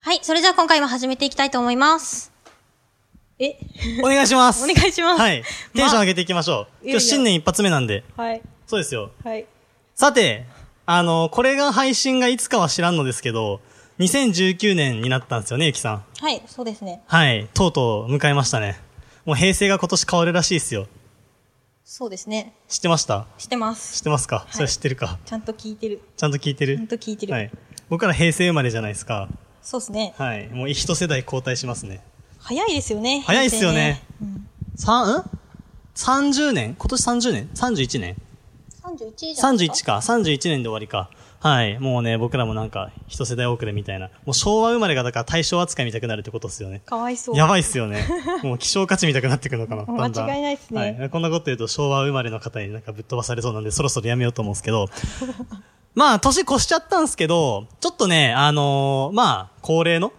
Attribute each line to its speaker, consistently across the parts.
Speaker 1: はい、それじゃあ今回も始めていきたいと思います。え、
Speaker 2: お願いします。
Speaker 1: お願いします
Speaker 2: はい。テンション上げていきましょう。
Speaker 1: いやいや
Speaker 2: 今日新年一発目なんで。
Speaker 1: はい、
Speaker 2: そうですよ。
Speaker 1: はい。
Speaker 2: さて、あの、これが配信がいつかは知らんのですけど、2019年になったんですよね、ゆきさん。
Speaker 1: はい、そうですね。
Speaker 2: はい。とうとう迎えましたね。もう平成が今年変わるらしいですよ。
Speaker 1: そうですね。
Speaker 2: 知ってました
Speaker 1: 知ってま
Speaker 2: 知
Speaker 1: す
Speaker 2: っ。てますか、
Speaker 1: い
Speaker 2: それ知ってるか
Speaker 1: ちゃんと聞いてる。
Speaker 2: ちゃんと聞いてる
Speaker 1: ちゃんと聞いてる。
Speaker 2: はい。僕ら平成生まれじゃないですか。
Speaker 1: そうですね。
Speaker 2: はい。もう一世代交代しますね。
Speaker 1: 早いですよね。
Speaker 2: 早いっすよね
Speaker 1: 平成
Speaker 2: 三、ん ?30 年今年30年 ?31 年
Speaker 1: ね。31じゃないです
Speaker 2: 31か、31年で終わりか。はい。もうね、僕らもなんか、一世代遅れみたいな。もう昭和生まれがだから対象扱い見たくなるってことですよね。
Speaker 1: か。かわいそう。
Speaker 2: やばいっすよね。もう希少価値見たくなってく のかな。だんだん
Speaker 1: 間違いないっすね
Speaker 2: はい。こんなこと言うと昭和生まれの方になんかぶっ飛ばされそうなんで、そろそろやめようと思うんですけど。 まあ、年越しちゃったんですけど、ちょっとね、あのーまあ、恒例の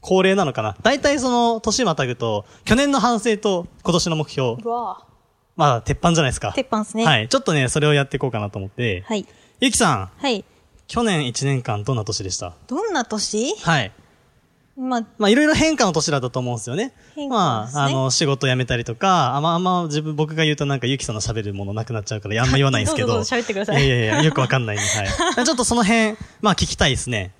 Speaker 2: 恒例なのかな。大体その、年またぐと、去年の反省と今年の目標
Speaker 1: う、わ
Speaker 2: まあ、鉄板じゃないですか。
Speaker 1: ぁ鉄板ですね。。
Speaker 2: はいい。ちょっとね、それをやっていこうかなと思って。
Speaker 1: はい。
Speaker 2: ゆきさん、
Speaker 1: はい。
Speaker 2: 去年1年間どんな年でした
Speaker 1: どんな年
Speaker 2: はい。
Speaker 1: まあ、
Speaker 2: まあ、いろいろ変化の年だったと思うんですよね。
Speaker 1: 変化
Speaker 2: ま
Speaker 1: ですね
Speaker 2: あ、あの、仕事辞めたりとか、あまあ、あんま自分、僕が言うとなんかゆきさんの喋るものなくなっちゃうから、あんま言わないんですけど。
Speaker 1: どうぞどうぞ喋ってください
Speaker 2: いやいやいや、よくわかんないんで、 はい。ちょっとその辺、まあ聞きたいですね。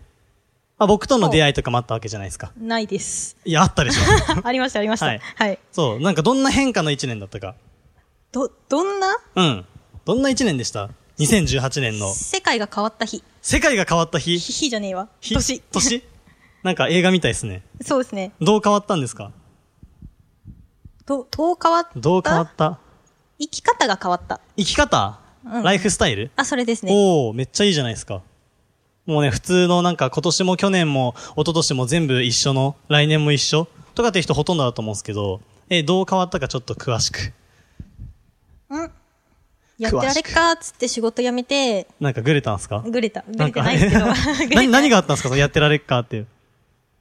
Speaker 2: まあ、僕との出会いとかもあったわけじゃないですか。
Speaker 1: ないです。
Speaker 2: いや、あったでしょ。
Speaker 1: ありました、ありました。
Speaker 2: は
Speaker 1: はいい。
Speaker 2: そう、なんかどんな変化の1年だったか。
Speaker 1: ど、どんな
Speaker 2: うん。どんな1年でした ?2018 年の。
Speaker 1: 世界が変わった日。
Speaker 2: 世界が変わった日。
Speaker 1: 日、日じゃねえわ。
Speaker 2: 日
Speaker 1: 年。
Speaker 2: 年なんか映画みたいですね。
Speaker 1: そうですね。
Speaker 2: どう変わったんですか
Speaker 1: ど、どう変わった
Speaker 2: どう変わった
Speaker 1: 生き方が変わった。
Speaker 2: 生き方、
Speaker 1: うん
Speaker 2: ライフスタイル、
Speaker 1: あ、それですね。
Speaker 2: おおめっちゃいいじゃないですか。もうね、普通のなんか今年も去年も一昨年も全部一緒の、来年も一緒とかって人ほとんどだと思うんですけど、え、どう変わったかちょっと詳しく。
Speaker 1: うん。やってられっかっつって仕事辞めて、
Speaker 2: なんかグレたんですか
Speaker 1: ぐれた。ぐ
Speaker 2: な
Speaker 1: れ
Speaker 2: ん
Speaker 1: て
Speaker 2: か。
Speaker 1: ないですけど ぐれてない
Speaker 2: 何、何があったんですかそのやってられっかっていう。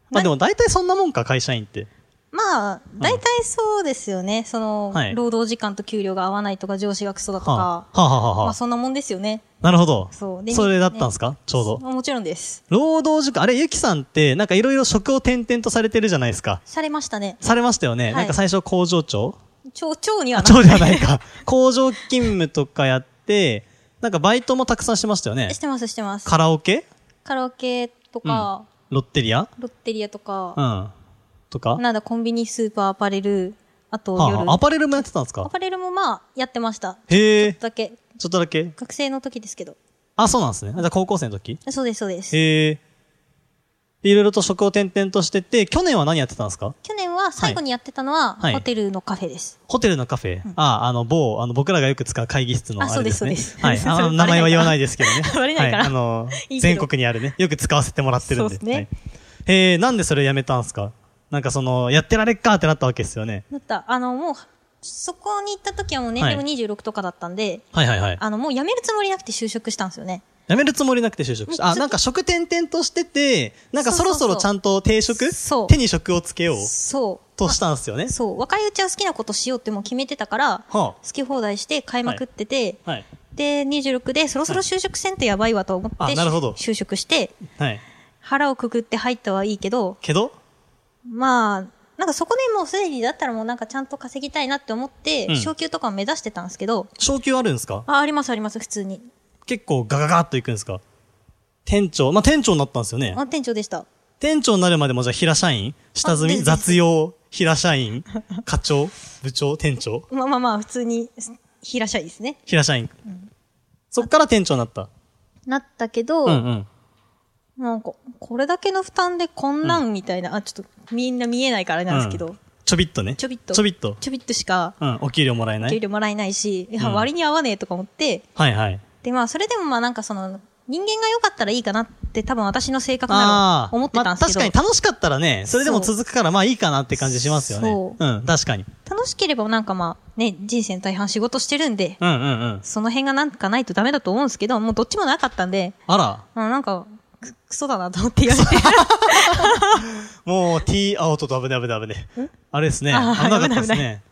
Speaker 2: ま
Speaker 1: な
Speaker 2: あでも大体そんなもんか、会社員って。
Speaker 1: まあ、大体そうですよね。その、
Speaker 2: はい
Speaker 1: 労働時間と給料が合わないとか、上司がクソだとか。
Speaker 2: はあ、はあはあはあ、
Speaker 1: まあ、そんなもんですよね。
Speaker 2: なるほど。
Speaker 1: そ
Speaker 2: そう
Speaker 1: で
Speaker 2: れだったんですか、ちょうど。
Speaker 1: もちろんです。
Speaker 2: 労働時間、あれ、ゆきさんって、なんかいろいろ職を転々とされてるじゃないですか。
Speaker 1: されましたね。
Speaker 2: されましたよね。
Speaker 1: はい
Speaker 2: なんか最初工場長
Speaker 1: 超、超には
Speaker 2: あ、
Speaker 1: な
Speaker 2: 長ではないか。工場勤務とかやって、なんかバイトもたくさんしてましたよね
Speaker 1: し。てます、してます。
Speaker 2: カラオケ
Speaker 1: カラオケとか、
Speaker 2: ロッテリア
Speaker 1: ロッテリアと
Speaker 2: う
Speaker 1: か、
Speaker 2: ん。とか。
Speaker 1: なんだ、コンビニ、スーパー、アパレル、あと
Speaker 2: はあ
Speaker 1: 夜。
Speaker 2: はあアパレルもやってたんです
Speaker 1: ア
Speaker 2: か
Speaker 1: パレルもまあ、やってました。
Speaker 2: へえ。
Speaker 1: だけ。
Speaker 2: ちょっとだけ。
Speaker 1: 学生の時ですけど。
Speaker 2: あ、そうなんですね。じゃあ高校生の時
Speaker 1: そうです、そうです。
Speaker 2: へえ。でいろいろと職を転々としてて、去年は何やってたんですか
Speaker 1: 去年は最後にやってたのは、
Speaker 2: はい
Speaker 1: ホテルのカフェです。
Speaker 2: ホテルのカフェ、あ、あの、某、あの、僕らがよく使う会議室の
Speaker 1: あ
Speaker 2: あれですね。
Speaker 1: そう ですそうです
Speaker 2: はい。あ
Speaker 1: そ
Speaker 2: の、
Speaker 1: れ
Speaker 2: 名前は言わないですけどね。
Speaker 1: バレないから
Speaker 2: はあの
Speaker 1: いいけ
Speaker 2: 全
Speaker 1: ど
Speaker 2: 国にあるね。よく使わせてもらってるんで。
Speaker 1: そうですね
Speaker 2: はいえー、なんでそれをやめたんすかなんかその、やってられっかってなったわけですよね。
Speaker 1: だった。あの、もう、そこに行った時はもう年齢も26とかだったんで、
Speaker 2: はいはいはい。
Speaker 1: あの、もう辞めるつもりなくて就職したんですよね。
Speaker 2: やめるつもりなくて就職した。
Speaker 1: もう
Speaker 2: あ、なんか職転々としてて、なんかそろそろちゃんと定職
Speaker 1: そう
Speaker 2: 手に職をつけよう
Speaker 1: そ
Speaker 2: としたんすよね
Speaker 1: う。。そう。若いうちは好きなことしようってもう決めてたから、
Speaker 2: は
Speaker 1: 好き放題して買いまくってて、
Speaker 2: あ。はい。
Speaker 1: で、26でそろそろ就職せんとやばいわと思って、
Speaker 2: はいあなるほど
Speaker 1: 就職して、
Speaker 2: はい。
Speaker 1: 腹をくくって入ったはいいけど、
Speaker 2: けど
Speaker 1: まあ、なんかそこでもうすでにだったらもうなんかちゃんと稼ぎたいなって思って、
Speaker 2: うん
Speaker 1: 昇給とかを目指してたんですけど、
Speaker 2: 昇給あるんですか
Speaker 1: あ、ありますあります、普通に。
Speaker 2: 結構ガガガっといくんですか店長、まあ、店長になったんですよね。
Speaker 1: あ、店長でした。
Speaker 2: 店長になるまでもじゃあ平社員下積
Speaker 1: あ
Speaker 2: み
Speaker 1: で
Speaker 2: 雑用平社員課長部長店長
Speaker 1: まあまあまあ、普通に、平社員ですね。
Speaker 2: 平社員、そっから店長になった。
Speaker 1: なったけど、
Speaker 2: うんうん。
Speaker 1: なんか、これだけの負担でこんなんみたいな、あ、ちょっとみんな見えないからあれなんですけど、
Speaker 2: うんちょびっとね。
Speaker 1: ちょびっと
Speaker 2: ちょびっと。
Speaker 1: ちょびっとしか
Speaker 2: うん、お給料もらえな
Speaker 1: 給
Speaker 2: い。
Speaker 1: 料もらえないし、いや、
Speaker 2: うん
Speaker 1: 割に合わねえとか思って、
Speaker 2: はいはい。
Speaker 1: で、まあ、それでもまあなんかその、人間が良かったらいいかなっって多分私の性格な
Speaker 2: ああ
Speaker 1: の思ってたんですけど、
Speaker 2: まあ、確かに楽しかったらね、それでも
Speaker 1: そう
Speaker 2: 続くからまあいいかなって感じしますよね。。
Speaker 1: そう
Speaker 2: ん、確かに。
Speaker 1: 楽しければなんかまあね、人生の大半仕事してるんで、
Speaker 2: うんうんうん。
Speaker 1: その辺がなんかないとダメだと思うんですけど、もうどっちもなかったんで、
Speaker 2: あら、
Speaker 1: あなんか、く、クソだなと思って言われて。
Speaker 2: もう T アウトと危ない危ない危ない。あれですね。危
Speaker 1: あ
Speaker 2: な
Speaker 1: ー
Speaker 2: かったです
Speaker 1: 危な
Speaker 2: ね。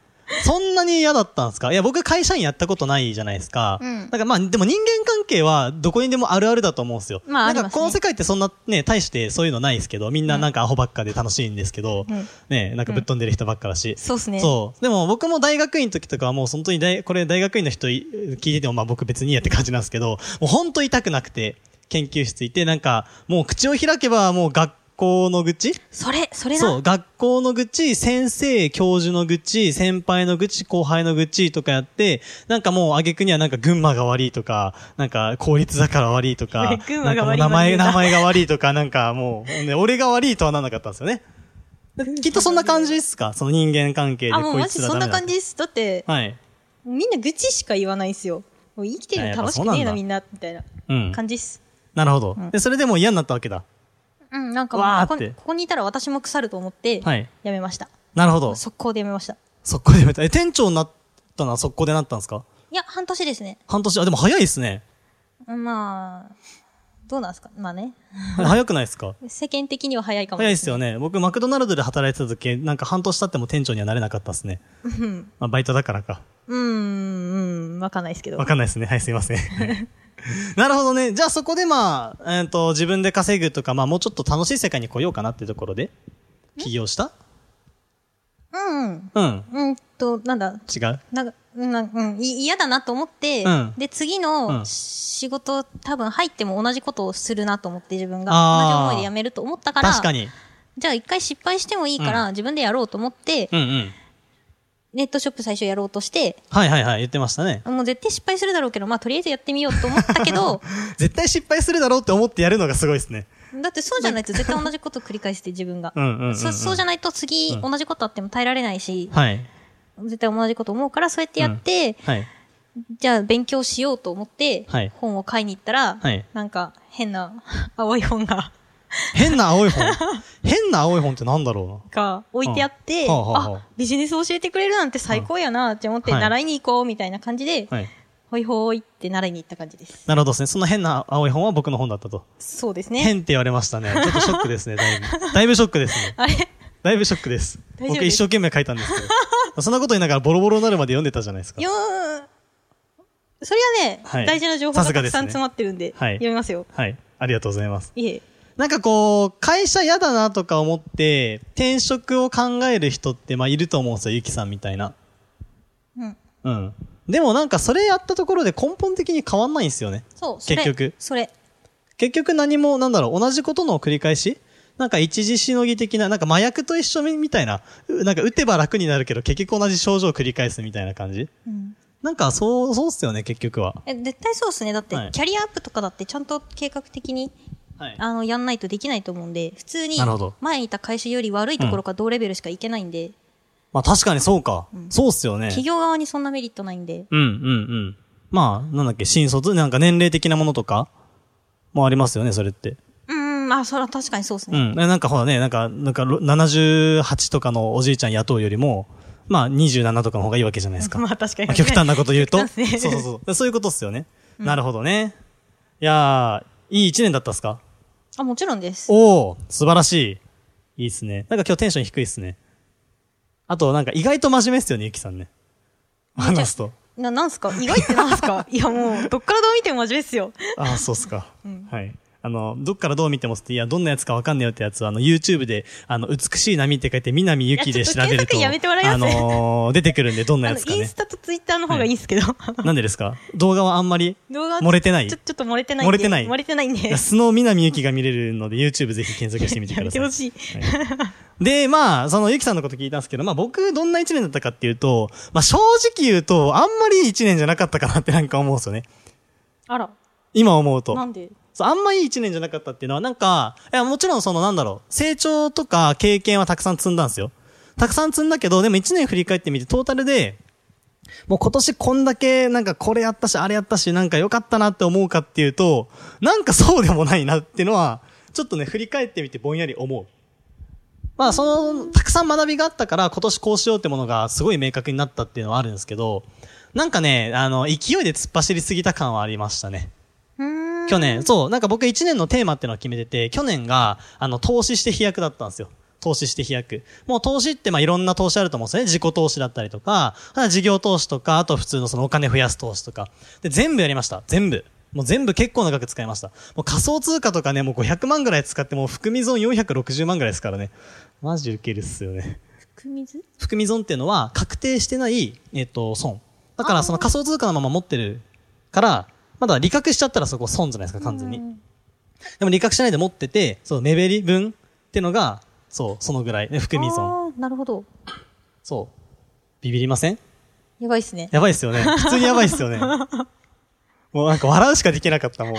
Speaker 2: そんなに嫌だったんですかいや、僕会社員やったことないじゃないですか。
Speaker 1: うん
Speaker 2: だからまあ、でも人間関係はどこにでもあるあるだと思うんですよ。
Speaker 1: まああり
Speaker 2: な
Speaker 1: ますね
Speaker 2: んかこの世界ってそんなね、大してそういうのないですけど、みんななんかアホばっかで楽しいんですけど、
Speaker 1: うん
Speaker 2: ね、なんかぶっ飛んでる人ばっかだ し。
Speaker 1: そうですね。
Speaker 2: そう。でも僕も大学院の時とかはもう本当に大、これ大学院の人い聞いててもまあ僕別にいいやって感じなんですけど、もう本当痛くなくて、研究室いて、なんかもう口を開けばもう学校の愚痴
Speaker 1: それ、それな。
Speaker 2: そう、学校の愚痴、先生、教授の愚痴、先輩の愚痴、後輩の愚痴とかやって、なんかもう挙句にはなんか群馬が悪いとか、なんか効率だから悪いとか、
Speaker 1: 群馬
Speaker 2: なん
Speaker 1: が
Speaker 2: か
Speaker 1: 悪
Speaker 2: もう
Speaker 1: い
Speaker 2: 名前、
Speaker 1: 悪いな
Speaker 2: 名前が悪いとか、なんかもう、ね、俺が悪いとはなんなかったんですよね。きっとそんな感じですかその人間関係で
Speaker 1: あ、もう
Speaker 2: こい
Speaker 1: マジ
Speaker 2: つら
Speaker 1: そん
Speaker 2: ダメだ
Speaker 1: な感じです。だって、
Speaker 2: はい。
Speaker 1: みんな愚痴しか言わないんですよ。もう生きてるの楽しくねえな、
Speaker 2: あやっぱそうなんだ
Speaker 1: みんな、みたいな
Speaker 2: うん。
Speaker 1: 感じっす。
Speaker 2: なるほど、
Speaker 1: ん
Speaker 2: で、それでもう嫌になったわけだ。
Speaker 1: うん、なんか
Speaker 2: わー
Speaker 1: もう
Speaker 2: っ
Speaker 1: こ
Speaker 2: て
Speaker 1: こ、ここにいたら私も腐ると思って、
Speaker 2: はい
Speaker 1: やめました。
Speaker 2: なるほど。
Speaker 1: 速攻でやめました。
Speaker 2: 速攻でやめた。え、店長になったのは速攻でなったんですか
Speaker 1: いや、半年ですね。
Speaker 2: 半年、あ、でも早いですね。
Speaker 1: まあ、どうなんですかまあね。
Speaker 2: 早くないですか
Speaker 1: 世間的には早いかも
Speaker 2: 早いですよね。僕、マクドナルドで働いてた時、なんか半年経っても店長にはなれなかったですね。
Speaker 1: うん。
Speaker 2: まあ、バイトだからか。
Speaker 1: うーん、うん、わかんないですけど
Speaker 2: わ。かんないですね。はい、すいま せん。なるほどね。じゃあそこでまあ、えっ、と、自分で稼ぐとか、まあもうちょっと楽しい世界に来ようかなっていうところで、起業した
Speaker 1: うん、うん。
Speaker 2: うん。
Speaker 1: うんと、なんだ、
Speaker 2: 違う
Speaker 1: なんか、うんなんか、うん、い嫌だなと思って、
Speaker 2: うん
Speaker 1: で、次
Speaker 2: う
Speaker 1: の
Speaker 2: ん
Speaker 1: 仕事、多分入っても同じことをするなと思って自分が、同じ
Speaker 2: あー
Speaker 1: 思いで辞めると思ったから、
Speaker 2: 確かに。
Speaker 1: じゃあ一回失敗してもいいから、自分でやろうと思って、
Speaker 2: うんうん。
Speaker 1: ネットショップ最初やろうとして、
Speaker 2: はいはいはい、言ってましたね。
Speaker 1: もう絶対失敗するだろうけど、まあとりあえずやってみようと思ったけど、
Speaker 2: 絶対失敗するだろうって思ってやるのがすごいですね。
Speaker 1: だってそうじゃないと絶対同じこと繰り返して自分が。
Speaker 2: うんうんうんうん
Speaker 1: そそうじゃないと次、
Speaker 2: うん
Speaker 1: 同じことあっても耐えられないし、
Speaker 2: はい。
Speaker 1: 絶対同じこと思うから、そうやってやって、
Speaker 2: はい。
Speaker 1: じゃあ勉強しようと思って、
Speaker 2: はい
Speaker 1: 本を買いに行ったら、
Speaker 2: はい
Speaker 1: なんか変な 青い本が、
Speaker 2: 変な青い本。変な青い本ってなんだろ
Speaker 1: が置いてあって、
Speaker 2: うんはあはあはあ
Speaker 1: あ、ビジネス教えてくれるなんて最高やなって思って、
Speaker 2: はい
Speaker 1: 習いに行こうみたいな感じで、
Speaker 2: うな。はい。
Speaker 1: ほいほいって習いに行った感じです。
Speaker 2: なるほどですね。その変な青い本は僕の本だったと。
Speaker 1: そうですね。
Speaker 2: 変って言われましたね。ちょっとショックですね、だいぶ。だいぶショックですね。
Speaker 1: あれ
Speaker 2: だいぶショックです。
Speaker 1: 大丈夫です
Speaker 2: 僕一生懸命書いたんですけど。そんなこと言いながらボロボロになるまで読んでたじゃないですか。
Speaker 1: よーん。それはね、
Speaker 2: はい
Speaker 1: 大事な情報
Speaker 2: さ
Speaker 1: がた
Speaker 2: すが
Speaker 1: く
Speaker 2: ですね
Speaker 1: さん詰まってるんで、
Speaker 2: はい
Speaker 1: 読みますよ。
Speaker 2: はい。ありがとうございます。
Speaker 1: いえ。
Speaker 2: なんかこう、会社嫌だなとか思って、転職を考える人って、まあいると思うんですよ。ゆきさんみたいな。
Speaker 1: うん。
Speaker 2: うん。でもなんかそれやったところで根本的に変わんないんですよね。
Speaker 1: そう、それ。
Speaker 2: 結局
Speaker 1: それ。
Speaker 2: 結局何も、なんだろう、同じことの繰り返しなんか一時しのぎ的な、なんか麻薬と一緒みみたいな、うなんか打てば楽になるけど結局同じ症状を繰り返すみたいな感じ
Speaker 1: うん。
Speaker 2: なんかそう、そうっすよね、結局は。
Speaker 1: え、絶対そうですね。だって、
Speaker 2: はい
Speaker 1: キャリアアップとかだってちゃんと計画的に、
Speaker 2: はい。
Speaker 1: あの、やんないとできないと思うんで、普通に
Speaker 2: なるほど、
Speaker 1: 前にいた会社より悪いところから同レベルしかいけないんで、
Speaker 2: まあ確かにそうか。そうっすよね。
Speaker 1: 企業側にそんなメリットないんで、
Speaker 2: うんうんうん。まあ、なんだっけ、新卒なんか年齢的なものとかもありますよね、それって。
Speaker 1: うん、うん、あ、それは確かにそうです
Speaker 2: う
Speaker 1: ね。
Speaker 2: ん。なんかほらね、なんか、なんかろ78とかのおじいちゃん雇うよりも、まあ27とかの方がいいわけじゃないです か。
Speaker 1: まあ確かに。
Speaker 2: まあ極端なこと言 うと。
Speaker 1: 極端ですね
Speaker 2: そうそうそう。そういうことっすよね。なるほどね。いやー、いい一年だったっすか
Speaker 1: あ、もちろんです。
Speaker 2: おー、素晴らしい。いいっすね。なんか今日テンション低いっすね。あと、なんか意外と真面目っすよね、ゆきさんね。話すと。
Speaker 1: な、なんすか意外ってなんす かいやもう、どっからどう見ても真面目っすよ。
Speaker 2: ああ、そうっすか。はい。あの、どっからどう見てもっつって、いや、どんなやつかわかんないよってやつは、あの、YouTube で、あの、美しい波って書いて、南ゆきで調
Speaker 1: い
Speaker 2: べ
Speaker 1: やちょ
Speaker 2: る
Speaker 1: っと検
Speaker 2: と、
Speaker 1: 索やめてもらえ
Speaker 2: あ
Speaker 1: ます
Speaker 2: のー出てくるんで、どんな
Speaker 1: あ
Speaker 2: や
Speaker 1: の
Speaker 2: つか、
Speaker 1: イン
Speaker 2: ね
Speaker 1: ス。タとツイッターの方がいいんすけど。
Speaker 2: なんでですか動画はあんまり
Speaker 1: 動画
Speaker 2: 漏れてない
Speaker 1: ちょちょっと漏れてないんで。
Speaker 2: 漏れてない
Speaker 1: 漏れてないんで。
Speaker 2: スノー南ゆきが見れるので、YouTube ぜひ検索してみてく
Speaker 1: や
Speaker 2: だ
Speaker 1: め
Speaker 2: さ
Speaker 1: てほし
Speaker 2: い。
Speaker 1: い。
Speaker 2: はいで、まあ、そのゆきさんのこと聞いたんですけど、まあ僕どんな一年だったかっていうと、まあ正直言うと、あんまりいい一年じゃなかったかなってなんか思うんですよね。
Speaker 1: あら、
Speaker 2: 今思うと。
Speaker 1: なんで
Speaker 2: そうあんまいい一年じゃなかったっていうのは、なんか、いや、もちろんそのなんだろう、成長とか経験はたくさん積んだんですよ。たくさん積んだけど、でも一年振り返ってみて、トータルで、もう今年こんだけなんかこれやったし、あれやったし、なんか良かったなって思うかっていうと、なんかそうでもないなっていうのは、ちょっとね、振り返ってみてぼんやり思う。まあ、その、たくさん学びがあったから、今年こうしようってものがすごい明確になったっていうのはあるんですけど、なんかね、あの、勢いで突っ走りすぎた感はありましたね。
Speaker 1: うーん
Speaker 2: 去年、そう、なんか僕1年のテーマっていうのを決めてて、去年が、あの、投資して飛躍だったんですよ。投資して飛躍。もう投資ってまあいろんな投資あると思うんですよね。自己投資だったりとか、あ事業投資とか、あと普通のそのお金増やす投資とか。で、全部やりました。全部。もう全部結構な額使いました。もう仮想通貨とかね、もう500万ぐらい使って、もう含み損460万ぐらいですからね。マジウケるっすよね。
Speaker 1: 福水
Speaker 2: 含み損っていうのは確定してない、えっ、と、損。だからその仮想通貨のまま持ってるから、まだ利確しちゃったらそこ損じゃないですか、完全に。でも利確しないで持ってて、そう、目減り分ってのが、そう、そのぐらい。ね、含み損。
Speaker 1: あーなるほど
Speaker 2: そう。ビビりません
Speaker 1: やばいっすね
Speaker 2: やばいっすよね。普通にやばいっす よね。もうなんか笑うしかできなかった、もう。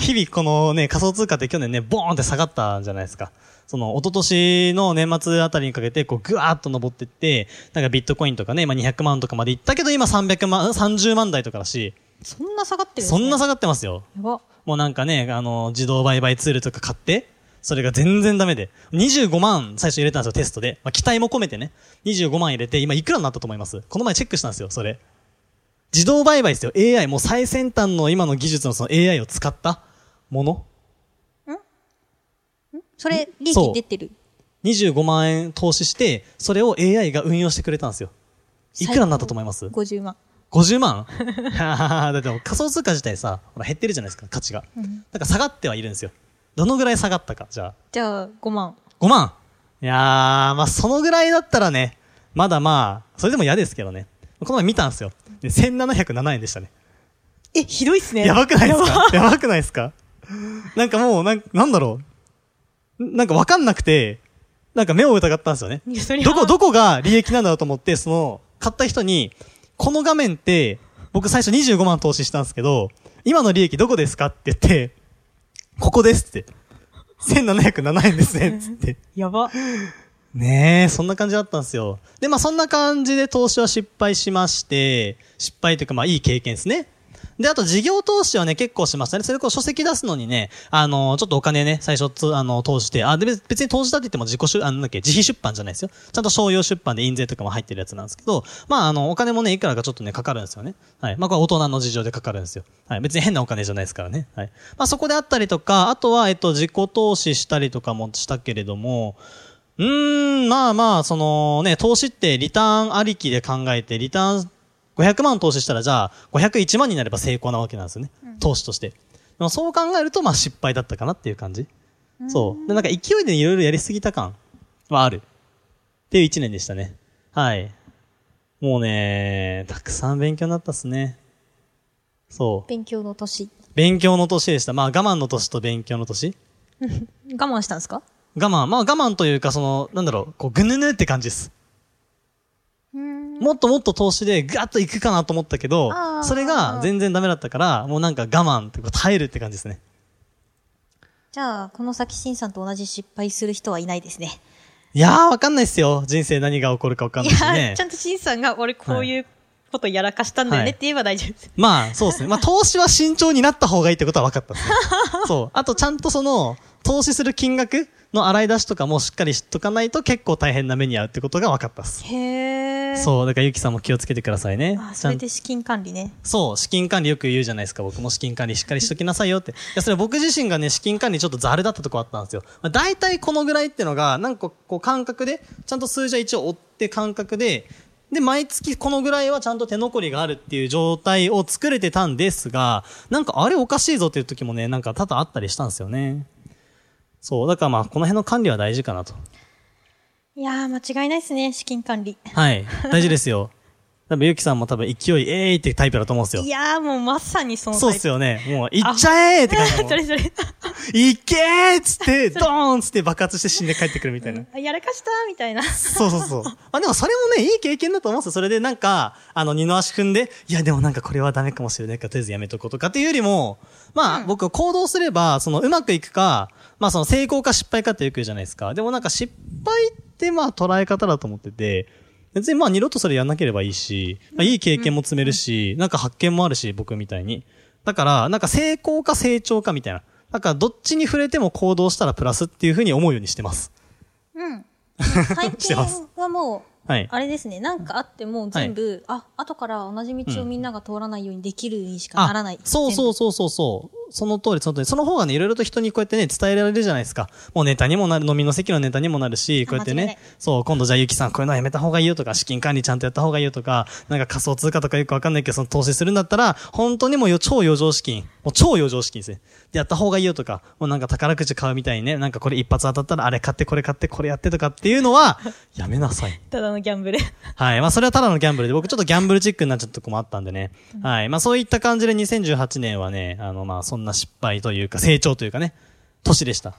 Speaker 2: 日々このね、仮想通貨って去年ね、ボーンって下がったじゃないですか。その、一昨年の年末あたりにかけて、こう、ぐわーっと上ってって、なんかビットコインとかね、今200万とかまでいったけど、今300万、30万台とかだし、
Speaker 1: そんな下がってる
Speaker 2: そんな
Speaker 1: 下
Speaker 2: 下がってますよ。
Speaker 1: やば
Speaker 2: もうなんかね、あの、自動売買ツールとか買って、それが全然ダメで。25万最初入れたんですよ、テストで。まあ、期待も込めてね。25万入れて、今いくらになったと思いますこの前チェックしたんですよ、それ。自動売買ですよ、AI。もう最先端の今の技術のその AI を使ったもの。
Speaker 1: それ利
Speaker 2: そう
Speaker 1: 益出てる
Speaker 2: 25万円投資して、それを AI が運用してくれたんですよ。いくらになったと思います
Speaker 1: 50万
Speaker 2: ?50 万 だってもう仮想通貨自体さ、ほら減ってるじゃないですか、価値が。だから下がってはいるんですよ。どのぐらい下がったか、じゃあ。
Speaker 1: じゃあ5万
Speaker 2: 5万いやー、まあ、そのぐらいだったらね、まだまあ、それでも嫌ですけどね。この前見たんですよ。で1707円でしたね。
Speaker 1: えひどいっすね
Speaker 2: やばくないですか やばくないですかなんかもう、なん、なんだろう。なんかわかんなくて、なんか目を疑ったんですよね。
Speaker 1: いやそれは
Speaker 2: どこ、どこが利益なんだろうと思って、その、買った人に、この画面って、僕最初25万投資したんですけど、今の利益どこですかって言って、ここですって。1707円ですね、つって。
Speaker 1: やば
Speaker 2: ねえ、そんな感じだったんですよ。で、まあそんな感じで投資は失敗しまして、失敗というかまあいい経験ですね。で、あと事業投資はね、結構しましたね。それこそ書籍出すのにね、あの、ちょっとお金ね、最初つ、あの、投じて、あ、で、別別に投じたって言っても自己出、あの、なんだっけ、自費出版じゃないですよ。ちゃんと商用出版で印税とかも入ってるやつなんですけど、まあ、あの、お金もね、いくらかちょっとね、かかるんですよね。はい。まあ、これは大人の事情でかかるんですよ。はい。別に変なお金じゃないですからね。はい。まあ、そこであったりとか、あとは、えっと、自己投資したりとかもしたけれども、うーん、まあまあ、そのね、投資ってリターンありきで考えて、リターン500万投資したら、じゃあ501万になれば成功なわけなんですよね。投資として。でもそう考えると、まあ失敗だったかなっていう感じ。そう。で、なんか勢いでいろいろやりすぎた感はある。っていう一年でしたね。はい。もうね、たくさん勉強になったっすね。そう。
Speaker 1: 勉強の年
Speaker 2: 勉強の年でした。まあ我慢の年と勉強の年。
Speaker 1: 我慢したんですか
Speaker 2: 我慢、まあ我慢というか、その、なんだろう、こう、ぐぬぬって感じです。もっともっと投資でガッといくかなと思ったけど
Speaker 1: あ、ー
Speaker 2: それが全然ダメだったから、もうなんか我慢っていうか耐えるって感じですね。
Speaker 1: じゃあこの先新さんと同じ失敗する人はいないですね
Speaker 2: いやー、わかんないっすよ。人生何が起こるかわかん
Speaker 1: い
Speaker 2: ないしね
Speaker 1: やちゃ。んと新さんが俺こういうことやらかしたんだよ
Speaker 2: はい
Speaker 1: ねって言えば大丈夫です、
Speaker 2: まあ、そうですね。まあ、投資は慎重になった方がいいってことは分かったっ すね。そう。あと、ちゃんとその、投資する金額の洗い出しとかもしっかりしとかないと結構大変な目に遭うってことが分かったっす。
Speaker 1: へえ
Speaker 2: そう。だから、ゆきさんも気をつけてくださいね。
Speaker 1: あ
Speaker 2: ち
Speaker 1: そ
Speaker 2: ゃ
Speaker 1: れ
Speaker 2: んと
Speaker 1: で資金管理ね
Speaker 2: そう、資金管理よく言うじゃないですか。僕も資金管理しっかりしときなさいよって。いや、それ僕自身がね、資金管理ちょっとザルだったとこあったんですよ。まあ、大体このぐらいってのが、なんかこう感覚で、ちゃんと数字は一応追って感覚で、で、毎月このぐらいはちゃんと手残りがあるっていう状態を作れてたんですが、なんかあれおかしいぞっていう時もね、なんか多々あったりしたんですよね。そう、だからまあ、この辺の管理は大事かなと。
Speaker 1: いやー間違いないですね資金管理
Speaker 2: はい、大事ですよ。多分、ゆきさんも多分勢い、えーいってタイプだと思うんですよ
Speaker 1: い。やーもうまさにその
Speaker 2: そうっすよね。もう、行っちゃえーって感じだも ん。
Speaker 1: それそれ
Speaker 2: いけーっつって、ドーンっつって爆発して死んで帰ってくるみたいな。
Speaker 1: あやらかしたみたいな
Speaker 2: そうそうそう。あ、でもそれもね、いい経験だと思うんですよ。それでなんか、あの、二の足踏んで、いやでもなんかこれはダメかもしれないから、とりあえずやめとこうとかっていうよりも、まあ、僕行動すれば、その、うまくいくか、まあその成功か失敗かってよく言うじゃないですか。でもなんか失敗ってまあ捉え方だと思ってて、別にまあ二度とそれやんなければいいし、まあいい経験も積めるし、なんか発見もあるし、僕みたいに。だから、なんか成功か成長かみたいな。だからどっちに触れても行動したらプラスっていうふうに思うようにしてます。
Speaker 1: うん。最
Speaker 2: して
Speaker 1: 近
Speaker 2: ます
Speaker 1: はもう、
Speaker 2: はい
Speaker 1: あれですね、なんかあっても全部、あ、後から同じ道をみんなが通らないようにできるにしかならない。
Speaker 2: そ うそうそうそうそう。その通り、その通り。その方がね、いろいろと人にこうやってね、伝えられるじゃないですか。もうネタにもなる、飲みの席のネタにもなるし、
Speaker 1: あ
Speaker 2: こうやって
Speaker 1: 間違い
Speaker 2: ね
Speaker 1: ない、
Speaker 2: そう、今度じゃあゆきさんこういうのはやめた方がいいよとか、資金管理ちゃんとやった方がいいよとか、なんか仮想通貨とかよくわかんないけど、その投資するんだったら、本当にもうよ超余剰資金、もう超余剰資金ですね。で、やった方がいいよとか、もうなんか宝くじ買うみたいにね、なんかこれ一発当たったらあれ買ってこれ買ってこれやってとかっていうのは、やめなさい。
Speaker 1: 全部ただのギャンブル。
Speaker 2: はい。まあ、それはただのギャンブルで、僕ちょっとギャンブルチックになっちゃったとこもあったんでね。はい。まあ、そういった感じで2018年はね、あの、まあ、そんな失敗というか、成長というかね、年でした。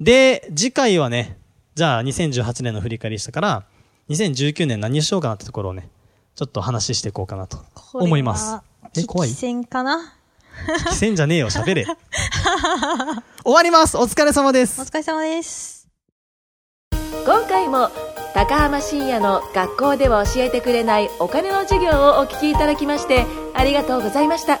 Speaker 2: で、次回はね、じゃあ2018年の振り返りしたから、2019年何しようかなってところをね、ちょっと話していこうかなと思います。え、怖い
Speaker 1: 危険かな
Speaker 2: 危険じゃねえよ、喋 れ。終わりますお疲れ様で
Speaker 1: お
Speaker 2: す
Speaker 1: 疲れ様です。
Speaker 3: 今回も高浜深也の学校では教えてくれないお金の授業をお聞きいただきましてありがとうございました